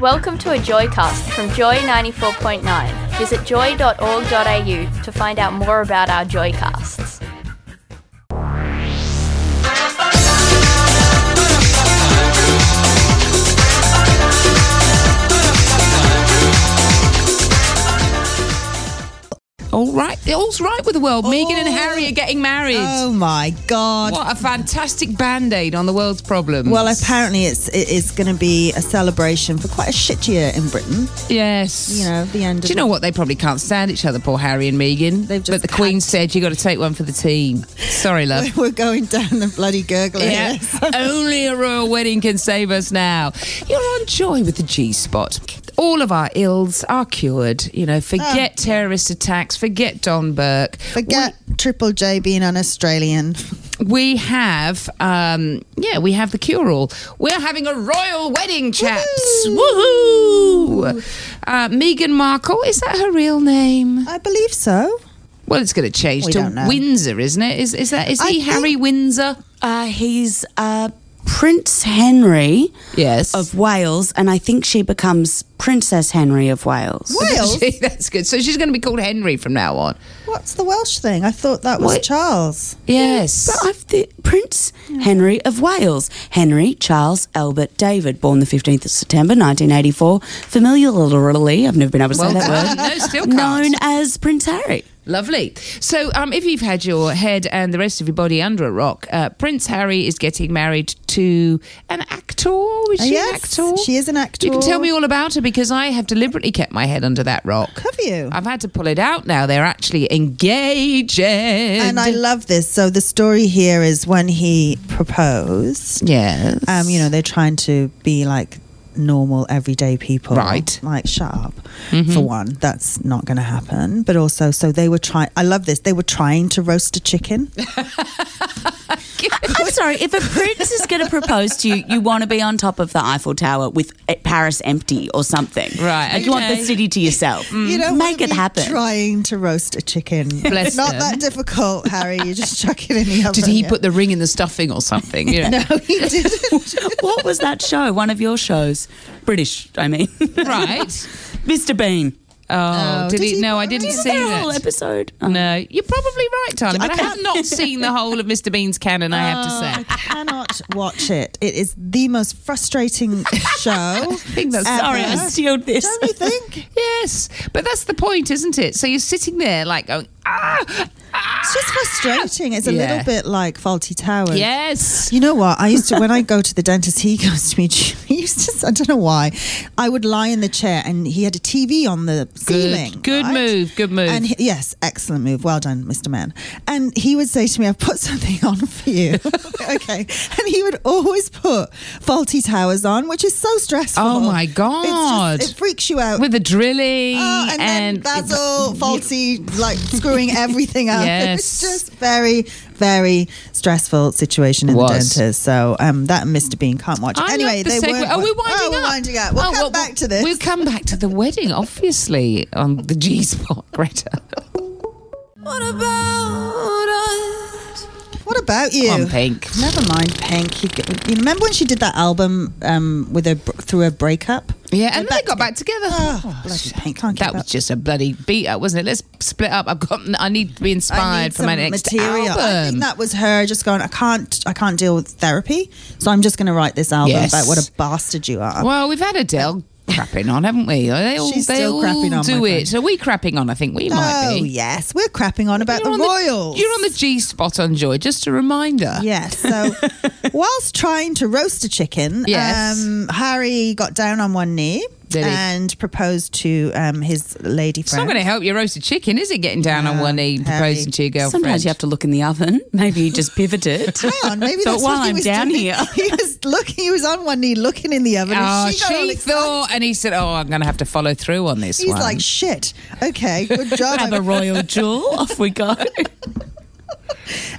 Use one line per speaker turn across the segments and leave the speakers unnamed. Welcome to a Joycast from Joy 94.9. Visit joy.org.au to find out more about our Joycasts.
All right, all's right with the world. Megan and
Oh.
Harry are getting married.
Oh my God.
What a fantastic band aid on the world's problems.
Well, apparently it's it is going to be a celebration for quite a shit year in Britain.
yes.
You know, the end.
Do
of
you know what? They probably can't stand each other, poor Harry and Megan.
They've
but
just
the Queen
had-
said you got to take one for the team. Sorry, love.
We're going down the bloody gurgler.
Yeah.
here.
Only a royal wedding can save us now. You're on joy with the G spot. All of our ills are cured. You know,
Oh,
forget terrorist attacks, forget Don Burke.
Forget Triple J being an Australian.
We have, um, yeah, we have the cure all. We're having a royal wedding, chaps. Woohoo! Uh, Meghan Markle, is that her real name?
I believe so.
Well, it's going to change
We
to
don't know.
Windsor, isn't it? Is, is that is
I
he Harry Windsor?
Uh, he's uh, Prince Henry
Yes.
of Wales, and I think she becomes Princess Henry of Wales.
Wales?
That's good. So she's going to be called Henry from now on.
What's the Welsh thing? I thought that was
What?
Charles.
Yes.
But I've the Prince Henry of Wales, Henry Charles Albert David, born the 15th of September 1984, familiarly, I've never been able to say
Oh, Well
that
done.
word,
No, still can't.
known as Prince Harry.
Lovely. So, um, if you've had your head and the rest of your body under a rock, uh, Prince Harry is getting married to an actor. Is she
Uh, Yes,
an actor?
she is an actor.
You can tell me all about her because I have deliberately kept my head under that rock.
Have you?
I've had to pull it out now. They're actually engaging.
and I love this. So the story here is when he proposed.
Yes.
Um, you know, they're trying to be like normal everyday people.
Right.
Like sharp.
Mm-hmm.
For one, that's not going to happen. But also, so they were trying. I love this. They were trying to roast a chicken.
I'm sorry, if a prince is going to propose to you, you want to be on top of the Eiffel Tower with uh, Paris empty or something.
Right,
Like you want the
okay. Mm.
city to yourself.
You don't wanna
Make it
be
happen.
Trying to roast a chicken.
Bless
it's not
them.
that difficult, Harry. You just chuck it in the oven.
Did he
yeah.
put the ring in the stuffing or something? You know?
No, he didn't.
what was that show? One of your shows? British, I mean.
Right.
Mr. Bean.
Oh, did,
did
he?
he
No,
put
I
it
didn't
in?
see
Their whole
that.
episode. Oh.
No, you're probably right, Tony, but I, have not seen the whole of Mr. Bean's canon, I have to say.
I cannot watch it. It is the most frustrating show. I
think that's-
Oh, Sorry, I stealed this.
Don't you think?
Yes, but that's the point, isn't it? So you're sitting there like going, ah, ah.
It's just frustrating. It's a
Yeah.
little bit like Faulty Towers.
Yes.
You know what? I used to when I go to the dentist, he goes to me. He used to. I don't know why. I would lie in the chair, and he had a TV on the ceiling.
good
right?
move, good move.
And he, yes, excellent move. Well done, Mister Man. And he would say to me, "I've put something on for you." okay. And he would always put faulty towers on, which is so stressful.
Oh, my God.
It's just, it freaks you out.
With the drilling.
Oh, and, then that's all faulty, like screwing everything up.
Yes.
It's just very, very stressful situation in
Was.
the dentist. So um, that and Mr. Bean can't watch. it.
I
anyway,
love the
they
segue.
weren't.
Are we winding
wa- oh,
up?
We're winding up. We'll
Oh,
come
well,
back to this.
We'll come back to the wedding, obviously, on the G spot, Greta.
What about us?
what about you?
On pink.
Never mind, Pink. You, g- you remember when she did that album um, with her br- through her breakup?
Yeah, and then
They're
they got back together.
Oh, bloody Pink! Can't get
Oh, That was just a bloody beat up, wasn't it? Let's split up. I've got. I need to be
I
inspired
need
for my
some
next
material. I
album.
think that was her just going. I can't. I can't deal with therapy, so I'm just going to write this album
Yes.
about what a bastard you are.
Well, we've had Adele crapping on, haven't we? They all,
She's
they
still
all
crapping on,
do
my
it. Are we crapping on? I think we might
Oh
be.
yes, we're crapping on about
You're
the
on
Royals.
you're on the G spot on Joy. Just a reminder.
Yes. So, whilst trying to roast a chicken,
Yes.
um, Harry got down on one knee
Did he?
and proposed to um, his lady
It's not
friend.
going to help your roasted chicken, is it? Getting down on one knee, and
Harry.
proposing to your girlfriend.
Sometimes you have to look in the oven. Maybe you just pivoted.
Hang on, maybe
Thought,
that's
while
what he
I'm
was
down
doing.
here.
He was looking. He was on one knee, looking in the oven.
Oh,
and
she,
she, got all excited.
thought, and he said, "Oh, I'm going to have to follow through on this
He's
one."
like, "Shit, okay, good job."
Grab a royal jewel. Off we go.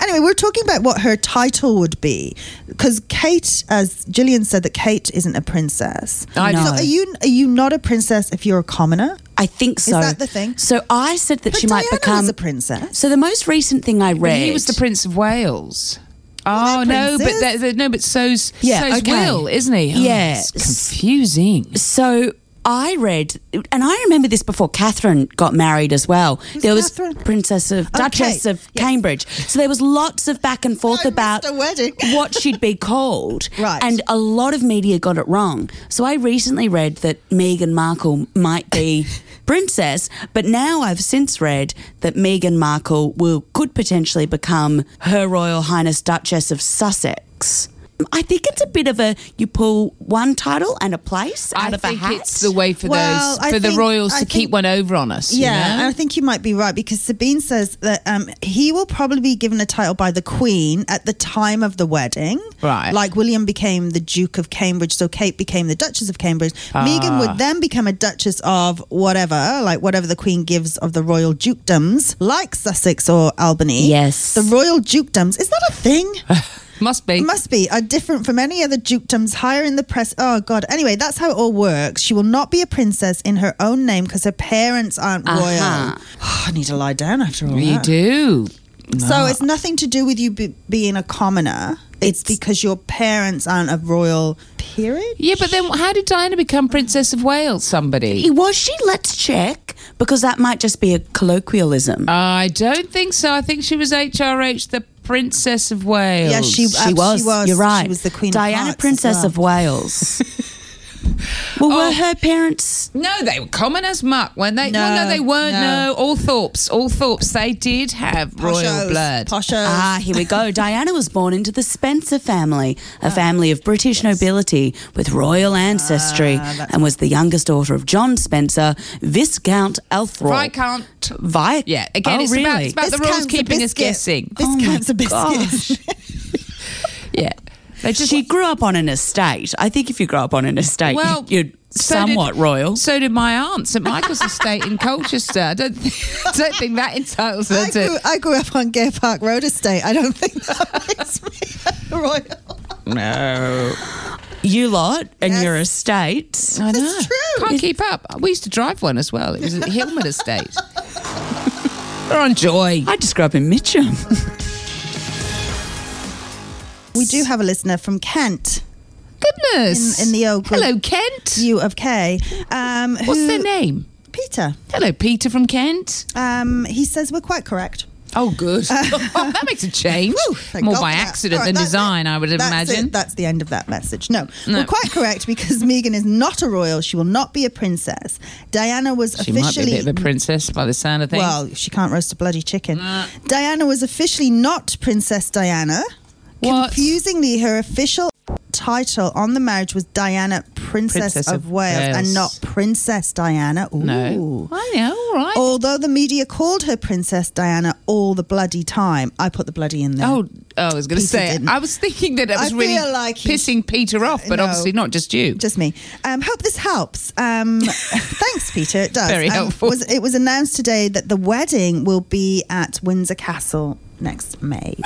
Anyway, we we're talking about what her title would be because Kate, as Gillian said, that Kate isn't a princess.
I
So
know.
are you are you not a princess if you're a commoner?
I think so.
that the thing?
So I said that
But
she
Diana
might become
was a princess.
So the most recent thing I read.
He was the Prince of Wales. Oh
Well, they're
no, but
princes.
that, that- no, but so's
Yeah,
so's
okay.
Will, isn't he? Oh,
Yeah.
it's confusing.
So I read, and I remember this before Catherine got married as well. there was
Catherine?
Princess of Duchess of
yes.
Cambridge. So there was lots of back and forth
I missed
about
a wedding.
what she'd be called.
Right.
And a lot of media got it wrong. So I recently read that Meghan Markle might be princess, but now I've since read that Meghan Markle will could potentially become Her Royal Highness Duchess of Sussex. I think it's a bit of a you pull one title and a place out
I
of a
think
hat.
it's the way for
Well,
those
I
for the
think-
royals
I
to keep
think-
one over on us. you
Yeah,
know?
and I think you might be right because Sabine says that um, he will probably be given a title by the Queen at the time of the wedding.
Right.
Like William became the Duke of Cambridge, so Kate became the Duchess of Cambridge. Megan
Ah.
would then become a Duchess of whatever, like whatever the Queen gives of the royal dukedoms, like Sussex or Albany.
Yes.
The royal dukedoms. Is that a thing?
must be.
must be are different from any other dukedoms higher in the press. Oh God! Anyway, that's how it all works. She will not be a princess in her own name because her parents aren't
Uh-huh.
royal. Oh, I need to lie down after all
you
that.
do.
So it's nothing to do with you be- being a commoner. It's,
It's-
because your parents aren't of royal peerage.
Yeah, but then how did Diana become Princess of Wales? Somebody.
was she? Let's check because that might just be a colloquialism.
I don't think so. I think she was HRH, the Princess of Wales.
Yeah, she, uh,
she was.
She was.
You're right.
She was the queen.
Diana,
of Hearts as
Princess
well.
of Wales. well, were her parents?
No, they were common as muck, weren't they? No, no,
No,
they weren't. No.
no.
all Thorpes, all Thorpes, they did have royal
Poshos,
blood.
Poshos.
Ah, here we go. Diana was born into the Spencer family, a family of British nobility with royal ancestry, and was the youngest daughter of John Spencer, Viscount Althorp.
Viscount.
Vi-
Yeah, again,
Oh,
it's, about,
really?
it's about the
Viscount's
rules
a
keeping us guessing.
biscuit.
Oh
Viscount's a biscuit.
Yeah. They just
she grew up on an estate. I think if you grow up on an estate,
Well,
you- you're
so did-
somewhat royal.
So did my aunt's at Michael's estate in Colchester. I don't, don't think that entitles her
I
to.
grew, I grew up on Gay Park Road Estate. I don't think that makes me royal.
No.
You lot and
Yes.
your estate.
I know.
That's true.
Can't keep up. We used to drive one as well. It was at the Hillman estate. We're on joy.
I just grew up in Mitcham.
We do have a listener from Kent,
Goodness.
In- in the old group.
Hello, Kent.
U of K. Um, who,
What's their name?
Peter.
Hello, Peter from Kent.
Um, he says we're quite correct.
Oh, good. that makes a change.
Thank
More
God
by
for that.
accident
All right,
than
that's
design,
it.
I would
That's
imagine.
it. That's the end of that message. No, we're quite correct because Megan is not a royal. She will not be a princess. Diana was
She might be a
officially
bit of a princess by the sound of things.
well. She can't roast a bloody chicken. Diana was officially not Princess Diana.
What?
Confusingly, her official title on the marriage was Diana Princess,
Princess
of,
of
Wales,
Wales.
and not Princess Diana. Ooh.
no. I know, all right.
Although the media called her Princess Diana all the bloody time, I put the bloody in there.
Oh, oh, I was going to
Peter
say.
didn't.
I was thinking that it
I
was really
feel like he-
pissing Peter off, but
No.
obviously not just you.
just me. Um, hope this helps. Um, thanks, Peter. It does.
Very
Um,
helpful.
was- it was announced today that the wedding will be at Windsor Castle next May.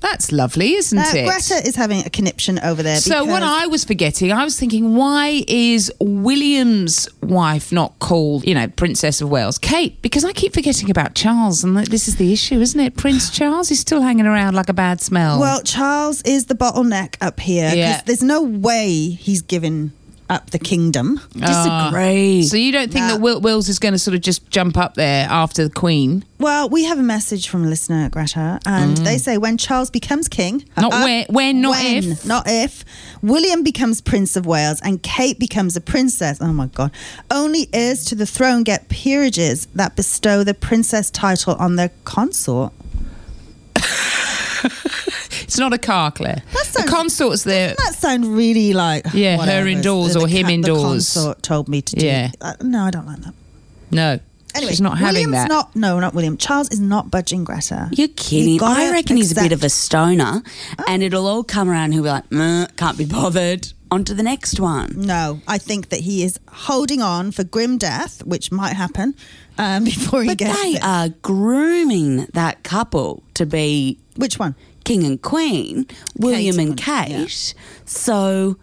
That's lovely, isn't
Now,
it?
Greta is having a conniption over there.
So
because-
what I was forgetting, I was thinking, why is William's wife not called, you know, Princess of Wales, Kate? Because I keep forgetting about Charles, and that- this is the issue, isn't it? Prince Charles is still hanging around like a bad smell.
Well, Charles is the bottleneck up here because
Yeah.
there's no way he's given up the kingdom.
Oh,
Disagree.
so you don't think that Wil- Wills is going to sort of just jump up there after the Queen?
Well, we have a message from a listener, Greta, and they say when Charles becomes king,
Mm.
uh,
Not where- when, not if.
not if, William becomes Prince of Wales and Kate becomes a princess. Oh my God! Only heirs to the throne get peerages that bestow the princess title on their consort.
It's not a car, Claire.
That
the
sounds-
consort's there.
That sound really like
Yeah, her
whatever.
indoors
The- the
or him
ca-
indoors.
The consort told me to do.
Yeah.
Uh, no, I don't like that.
No,
Anyway,
she's not having
William's
that.
Not no, not William. Charles is not budging, Greta.
You're kidding.
You gotta
I reckon he's a bit of a
accept- Oh.
stoner, and it'll all come around. He'll be like, "Mm, can't be bothered. On to the next one.
No, I think that he is holding on for grim death, which might happen um, before he
But
gets
they
it.
are grooming that couple to be
Which one?
king and queen, William and
and-
Kate. So,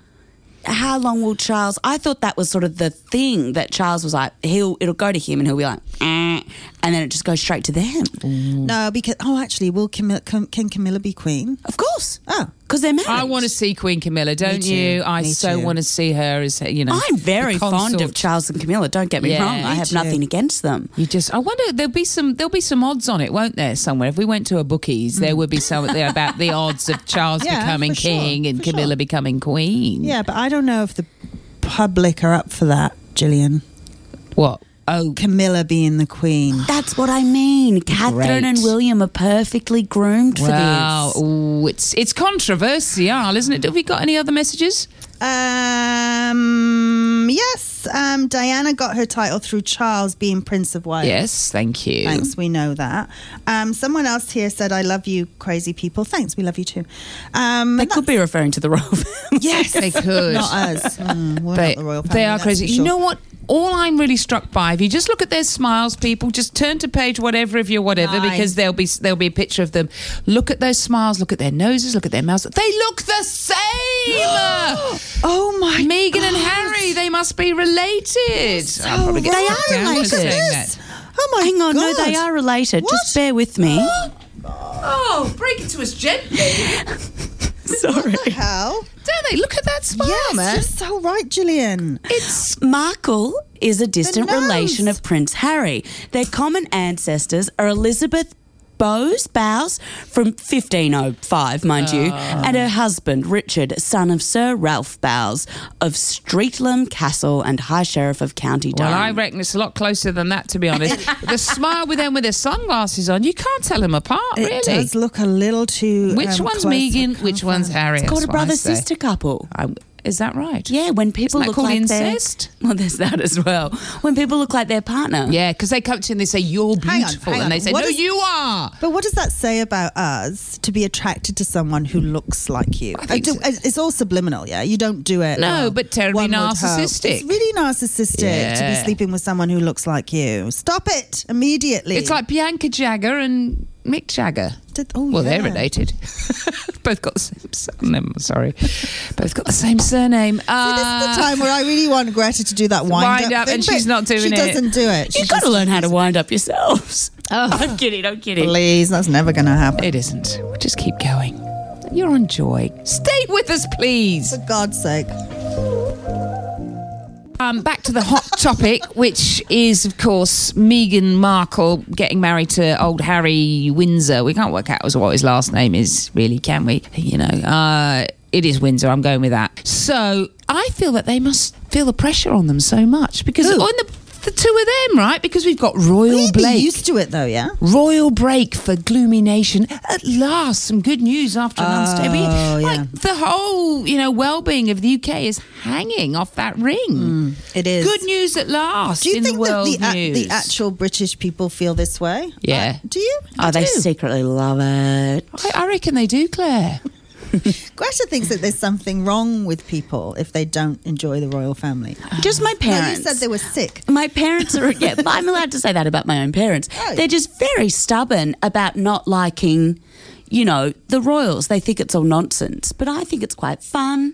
how long will Charles? I thought that was sort of the thing that Charles was like. He'll it'll go to him, and he'll be like, "Eh," and then it just goes straight to them.
No, because oh, actually, will Camilla, can, can Camilla be queen?
Of course.
Oh.
Because they're married.
I want to see Queen Camilla, don't
too,
you? I
me
so
too.
want to see her as you know.
I'm very
the
fond of
consort.
Charles and Camilla. Don't get me
Yeah.
wrong. I
Me
have
too.
nothing against them.
You just, I wonder there'll be some there'll be some odds on it, won't there? Somewhere, if we went to a bookies, there would be something about the odds of Charles
Mm. Yeah,
becoming
for sure,
king and
for
Camilla
sure.
becoming queen.
Yeah, but I don't know if the public are up for that, Gillian.
What? Oh,
Camilla being the queen.
That's what I mean. Catherine
Great.
and William are perfectly groomed
wow!
for this.
Ooh, it's it's controversial, isn't it? Have we got any other messages?
Um, yes, um, Diana got her title through Charles being Prince of Wales.
Yes, thank you.
Thanks, we know that. Um, someone else here said, I love you, crazy people. Thanks, we love you too. Um,
They
and
could be referring to the royal family.
Yes, they could.
not us. Mm, we're
They,
not the royal family.
they are
that's for
crazy. You
sure.
know what? All I'm really struck by, if you just look at their smiles, people, just turn to page whatever of your whatever,
Nine.
because there'll be there'll be a picture of them. Look at those smiles. Look at their noses. Look at their mouths. They look the same.
Oh my
Megan and Harry, they must be related. I'm probably
They
getting
are
knocked down for
related.
saying
Yes.
that.
Oh my
Hang on,
God.
no, they are related. Just bear with me.
Oh, break it to us gently.
Sorry.
Hell.
Don't they? Look at that smile,
Yes,
man.
you're so right, Gillian.
It's
Markle is a distant
The nose.
relation of Prince Harry. Their common ancestors are Elizabeth Bowes Bowes from 1505, mind you,
Ah.
and her husband Richard, son of Sir Ralph Bowes of Streatham Castle and High Sheriff of County Durham.
Well, I reckon it's a lot closer than that, to be honest. the smile with them with their sunglasses on, you can't tell them apart, really.
It does look a little too.
Which
um,
one's
close.
Megan? Which one's Harry?
it's called a
That's what I
brother
say.
sister couple.
I'm- is that right?
Yeah, when
Isn't
people
that
look
called
like they're-
incest?
Well, there's that as well. When people look like their partner.
Yeah, because they come to you and they say, You're beautiful.
Hang on, hang on.
And they say,
What
No,
is-
you are.
But what does that say about us to be attracted to someone who looks like you? I
think
do- uh,
so.
It's all subliminal, yeah. You don't do it.
No,
oh,
but terribly
one would hope.
narcissistic.
It's really narcissistic to
Yeah.
be sleeping with someone who looks like you. Stop it immediately.
It's like Bianca Jagger and Mick Jagger.
Did- oh,
well, they're
yeah.
related. Both got the same surname. I'm sorry. Both got the same surname.
See, this is
Uh,
the time where I really want Greta to do that wind,
wind
up,
up,
thing,
and
but
she's not doing
she
it.
doesn't do it. She
You've got to learn how to wind up yourselves. Oh. I'm kidding, I'm kidding.
please, that's never going to happen.
It isn't. We'll just keep going. You're on joy. Stay with us, please.
For God's sake.
Um, back to the hot topic, which is, of course, Meghan Markle getting married to old Harry Windsor. We can't work out as what his last name is, really, can we? You know, uh, it is Windsor. I'm going with that. So I feel that they must feel the pressure on them so much because on the, the two of them, right? Because we've got Royal
We'd be
Blake.
used to it though, yeah?
Royal break for Gloomy Nation. At last, some good news after an unstable year.
yeah.
Like the whole, you know, well-being of the UK is hanging off that ring.
It is.
Good news at last
Do you
in
think
the world
that the, a-
news.
the actual British people feel this way?
Yeah.
Uh, do you?
Oh, they
do.
secretly love it.
I, I reckon they do, Claire.
Greta thinks that there's something wrong with people if they don't enjoy the royal family.
Just my
No, you
parents.
said they were sick.
my parents are yeah. but I'm allowed to say that about my own parents.
Oh.
They're just very stubborn about not liking, you know, the royals. They think it's all nonsense, but I think it's quite fun.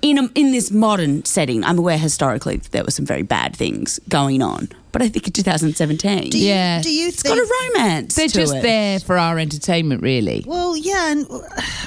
In a, in this modern setting, I'm aware historically there were some very bad things going on, but I think in 2017,
Do you,
Yeah.
Do you
it's
think?
got a romance.
They're
to
just
it.
there for our entertainment, really.
well, yeah, and uh,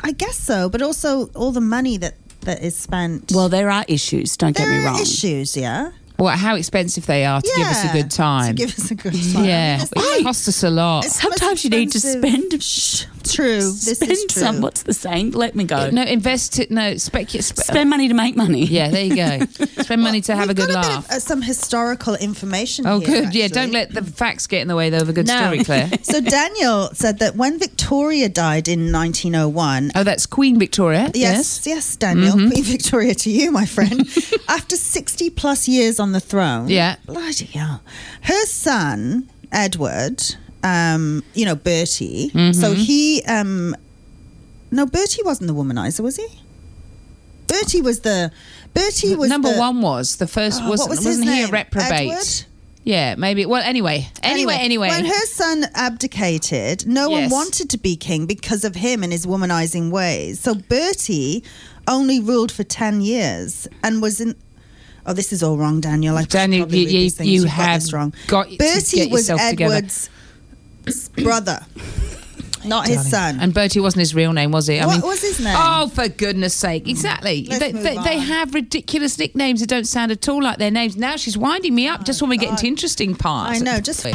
I guess so. But also all the money that that is spent.
Well, there are issues. Don't
there
get me
are
wrong.
issues. Yeah.
Well, how expensive they are to give us
Yeah.
a good time.
To give us a good time.
yeah,
It's
it costs us a lot.
the most
Sometimes you need to
expensive-
spend-
Shh, True. This
spend
is true.
some. What's the saying? Let me go.
No, invest it. No, speculate.
Spend money to make money.
yeah, there you go. Spend money to have a
We've
good
got
laugh.
bit of, uh, some historical information.
Oh,
here,
good. Yeah, don't
actually.
let the facts get in the way though of a good
No.
story, Claire.
So Daniel said that when Victoria died in 1901,
oh, that's Queen Victoria.
Yes, yes, Daniel. Queen Victoria to you, my friend. After 60 plus years on the throne.
Yeah.
Bloody hell. Her son, Edward, um, you know, Bertie. So he, um, no, Bertie wasn't the womanizer, was he? Bertie was the, Bertie was
Number
the-
one was the first.
Oh, what
wasn't
was his
wasn't he a
name?
reprobate?
Edward?
Yeah, maybe. Well, anyway, anyway, anyway.
When her son abdicated, no
Yes.
one wanted to be king because of him and his womanizing ways. So Bertie only ruled for 10 years and was in. Oh, this is all wrong, Daniel. I should
Daniel,
probably
you-
read
you-
these things.
you
You've got
have
this wrong.
got to
Bertie
get
was
yourself together.
Edward's Philip's brother, not his son.
And Bertie wasn't his real name, was it? I
What
mean,
was his name?
Oh, for goodness sake. Exactly.
Let's
They,
move
they, they
on.
have ridiculous nicknames that don't sound at all like their names. Now she's winding me up just when we get into interesting parts.
Oh, I know, just-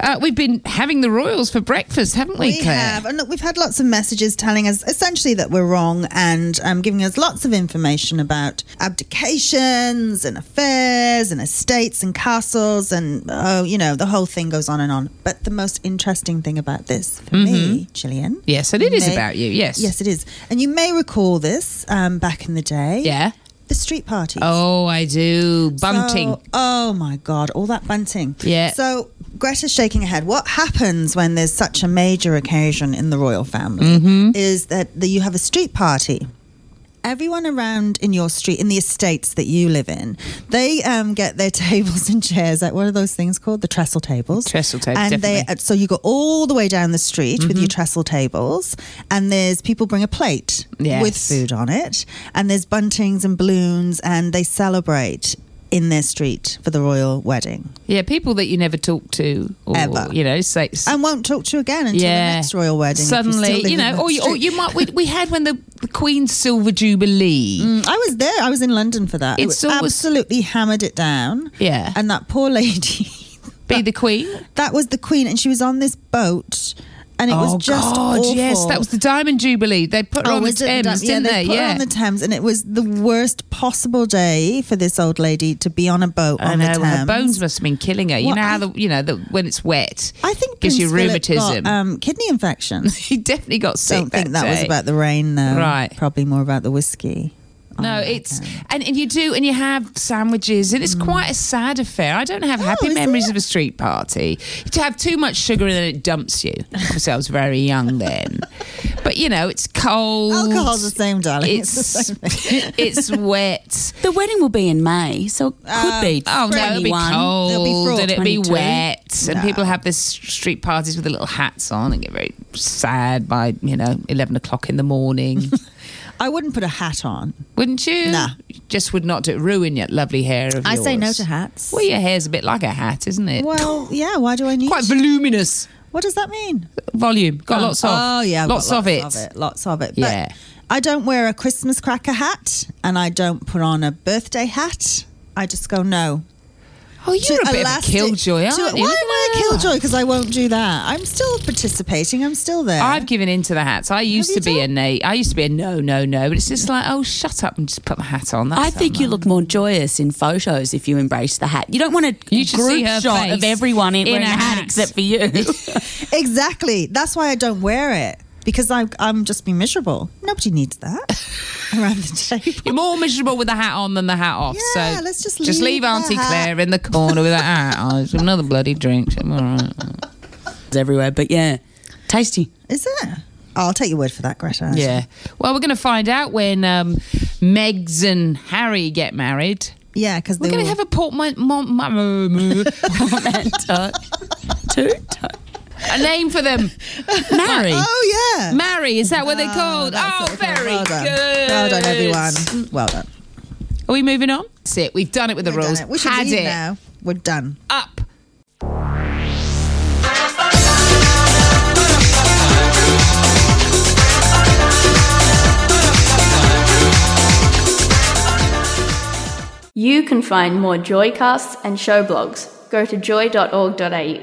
Uh, we've been having the royals for breakfast, haven't we,
We
Claire?
have, and look, we've had lots of messages telling us essentially that we're wrong and um, giving us lots of information about abdications and affairs and estates and castles and oh, you know, the whole thing goes on and on. But the most interesting thing about this for me, Gillian,
Yes, and it is
may-
about you. Mm-hmm. Yes.
yes, it is, and you may recall this um, back in the day,
Yeah.
the street parties.
Oh, I do. Bunting.
So- oh my God, all that bunting.
Yeah.
So Greta's shaking her head. What happens when there's such a major occasion in the royal family
Mm-hmm.
is that the, you have a street party. Everyone around in your street, in the estates that you live in, they um, get their tables and chairs at what are those things called? The trestle tables.
Trestle tables,
And they,
definitely.
so you go all the way down the street with
Mm-hmm.
your trestle tables, and there's people bring a plate with
Yes.
food food on it, and there's buntings and balloons, and they celebrate in their street for the royal wedding
yeah, people that you never talk to or,
Ever.
you know, say.
and won't talk to you again until the next royal wedding. if you're still
Suddenly,
living
you
in
know,
that
or you, or
street.
you might. We, we had when the, the Queen's Silver Jubilee.
Mm, I was there. I was in London for that.
It's
It
always-
absolutely hammered it down.
Yeah.
and that poor lady,
Be the Queen.
that was the queen, and she was on this boat, and it was just awful.
Oh,
Oh,
yes, that was the Diamond Jubilee. They put her on the
was it
Thames, didn't they?
Dam- yeah, they? Put her
yeah.
on the Thames, and it was the worst possible day for this old lady to be on a boat
I
on
know
the Thames.
Oh, her bones must have been killing her. You
Well,
know how
I-
the you know the, when it's wet,
I think
gives you
Prince Philip
rheumatism.
Got, um, kidney infection.
he definitely got sick.
Don't think that, was
day.
about the rain, though.
Right.
Probably more about the whiskey. oh,
No, it's and, and you do and you have sandwiches and it's quite a sad affair. I don't have happy
Mm. Oh, is
memories of a street party. To have too much sugar and then it dumps you. Obviously, I was very young then, but you know it's cold.
Alcohol's the same, darling. It's, the
It's
same.
it's wet.
The wedding will be in May, so it could be.
Oh no, it'll be
21.
cold
It'll be fraught.
and it'll be
22.
wet, and people have this street parties with the little hats on and get very sad by you know eleven o'clock in the morning,
I wouldn't put a hat on.
wouldn't you?
Nah.
just would not do, ruin your lovely hair. Of
I say no
yours.
to hats.
Well, your hair's a bit like a hat, isn't it?
Well, yeah. Why do I need?
Quite voluminous
what does that mean?
volume. Got lots of.
Oh yeah, I've got
lots, of, it.
Lots of it.
Yeah.
But I don't wear a Christmas cracker hat, and I don't put on a birthday hat. I just go no.
Oh, you're a bit
elastic-
of a killjoy,
to-
aren't you?
Why am
Look
I
at
a
that.
killjoy? Because I won't do that. I'm still participating. I'm still there.
I've given in to the hats. I used to
you
be a na- I used to be a no, no, no. But it's just like, oh, shut up and just put the hat on. That's
I think
all
you
right.
look more joyous in photos if you embrace the hat. You don't want a
You should
group
see her
shot
face
of everyone in,
in
wearing
a
a hat
hat.
except for you.
Exactly. That's why I don't wear it because I'm I'm just being miserable. Nobody needs that around the table.
You're more miserable with the hat on than the hat off.
Yeah,
so
let's just
just
leave
leave
the
Auntie
hat.
Claire in the corner with a hat on. It's another bloody drink. She'll be all right.
it's everywhere, but yeah, tasty.
Is it? Oh, I'll take your word for that, Greta.
Yeah. Well, we're going to find out when um, Megs and Harry get married.
yeah, because
We're
they
going
will-
to have a portman- mon- mon-
Portmanteau. Two. to-
a name for them. Marry.
Oh yeah.
Marry, is that what they're
Oh,
called?
that's
Oh,
it. Okay,
very
well done.
good.
Well done, everyone. Well done.
Are we moving on? That's it. We've done it with the
We've done
rules.
it. We should
Had
leave
it.
now. We're done.
Up.
You can find more Joycasts and show blogs. Go to joy.org.au.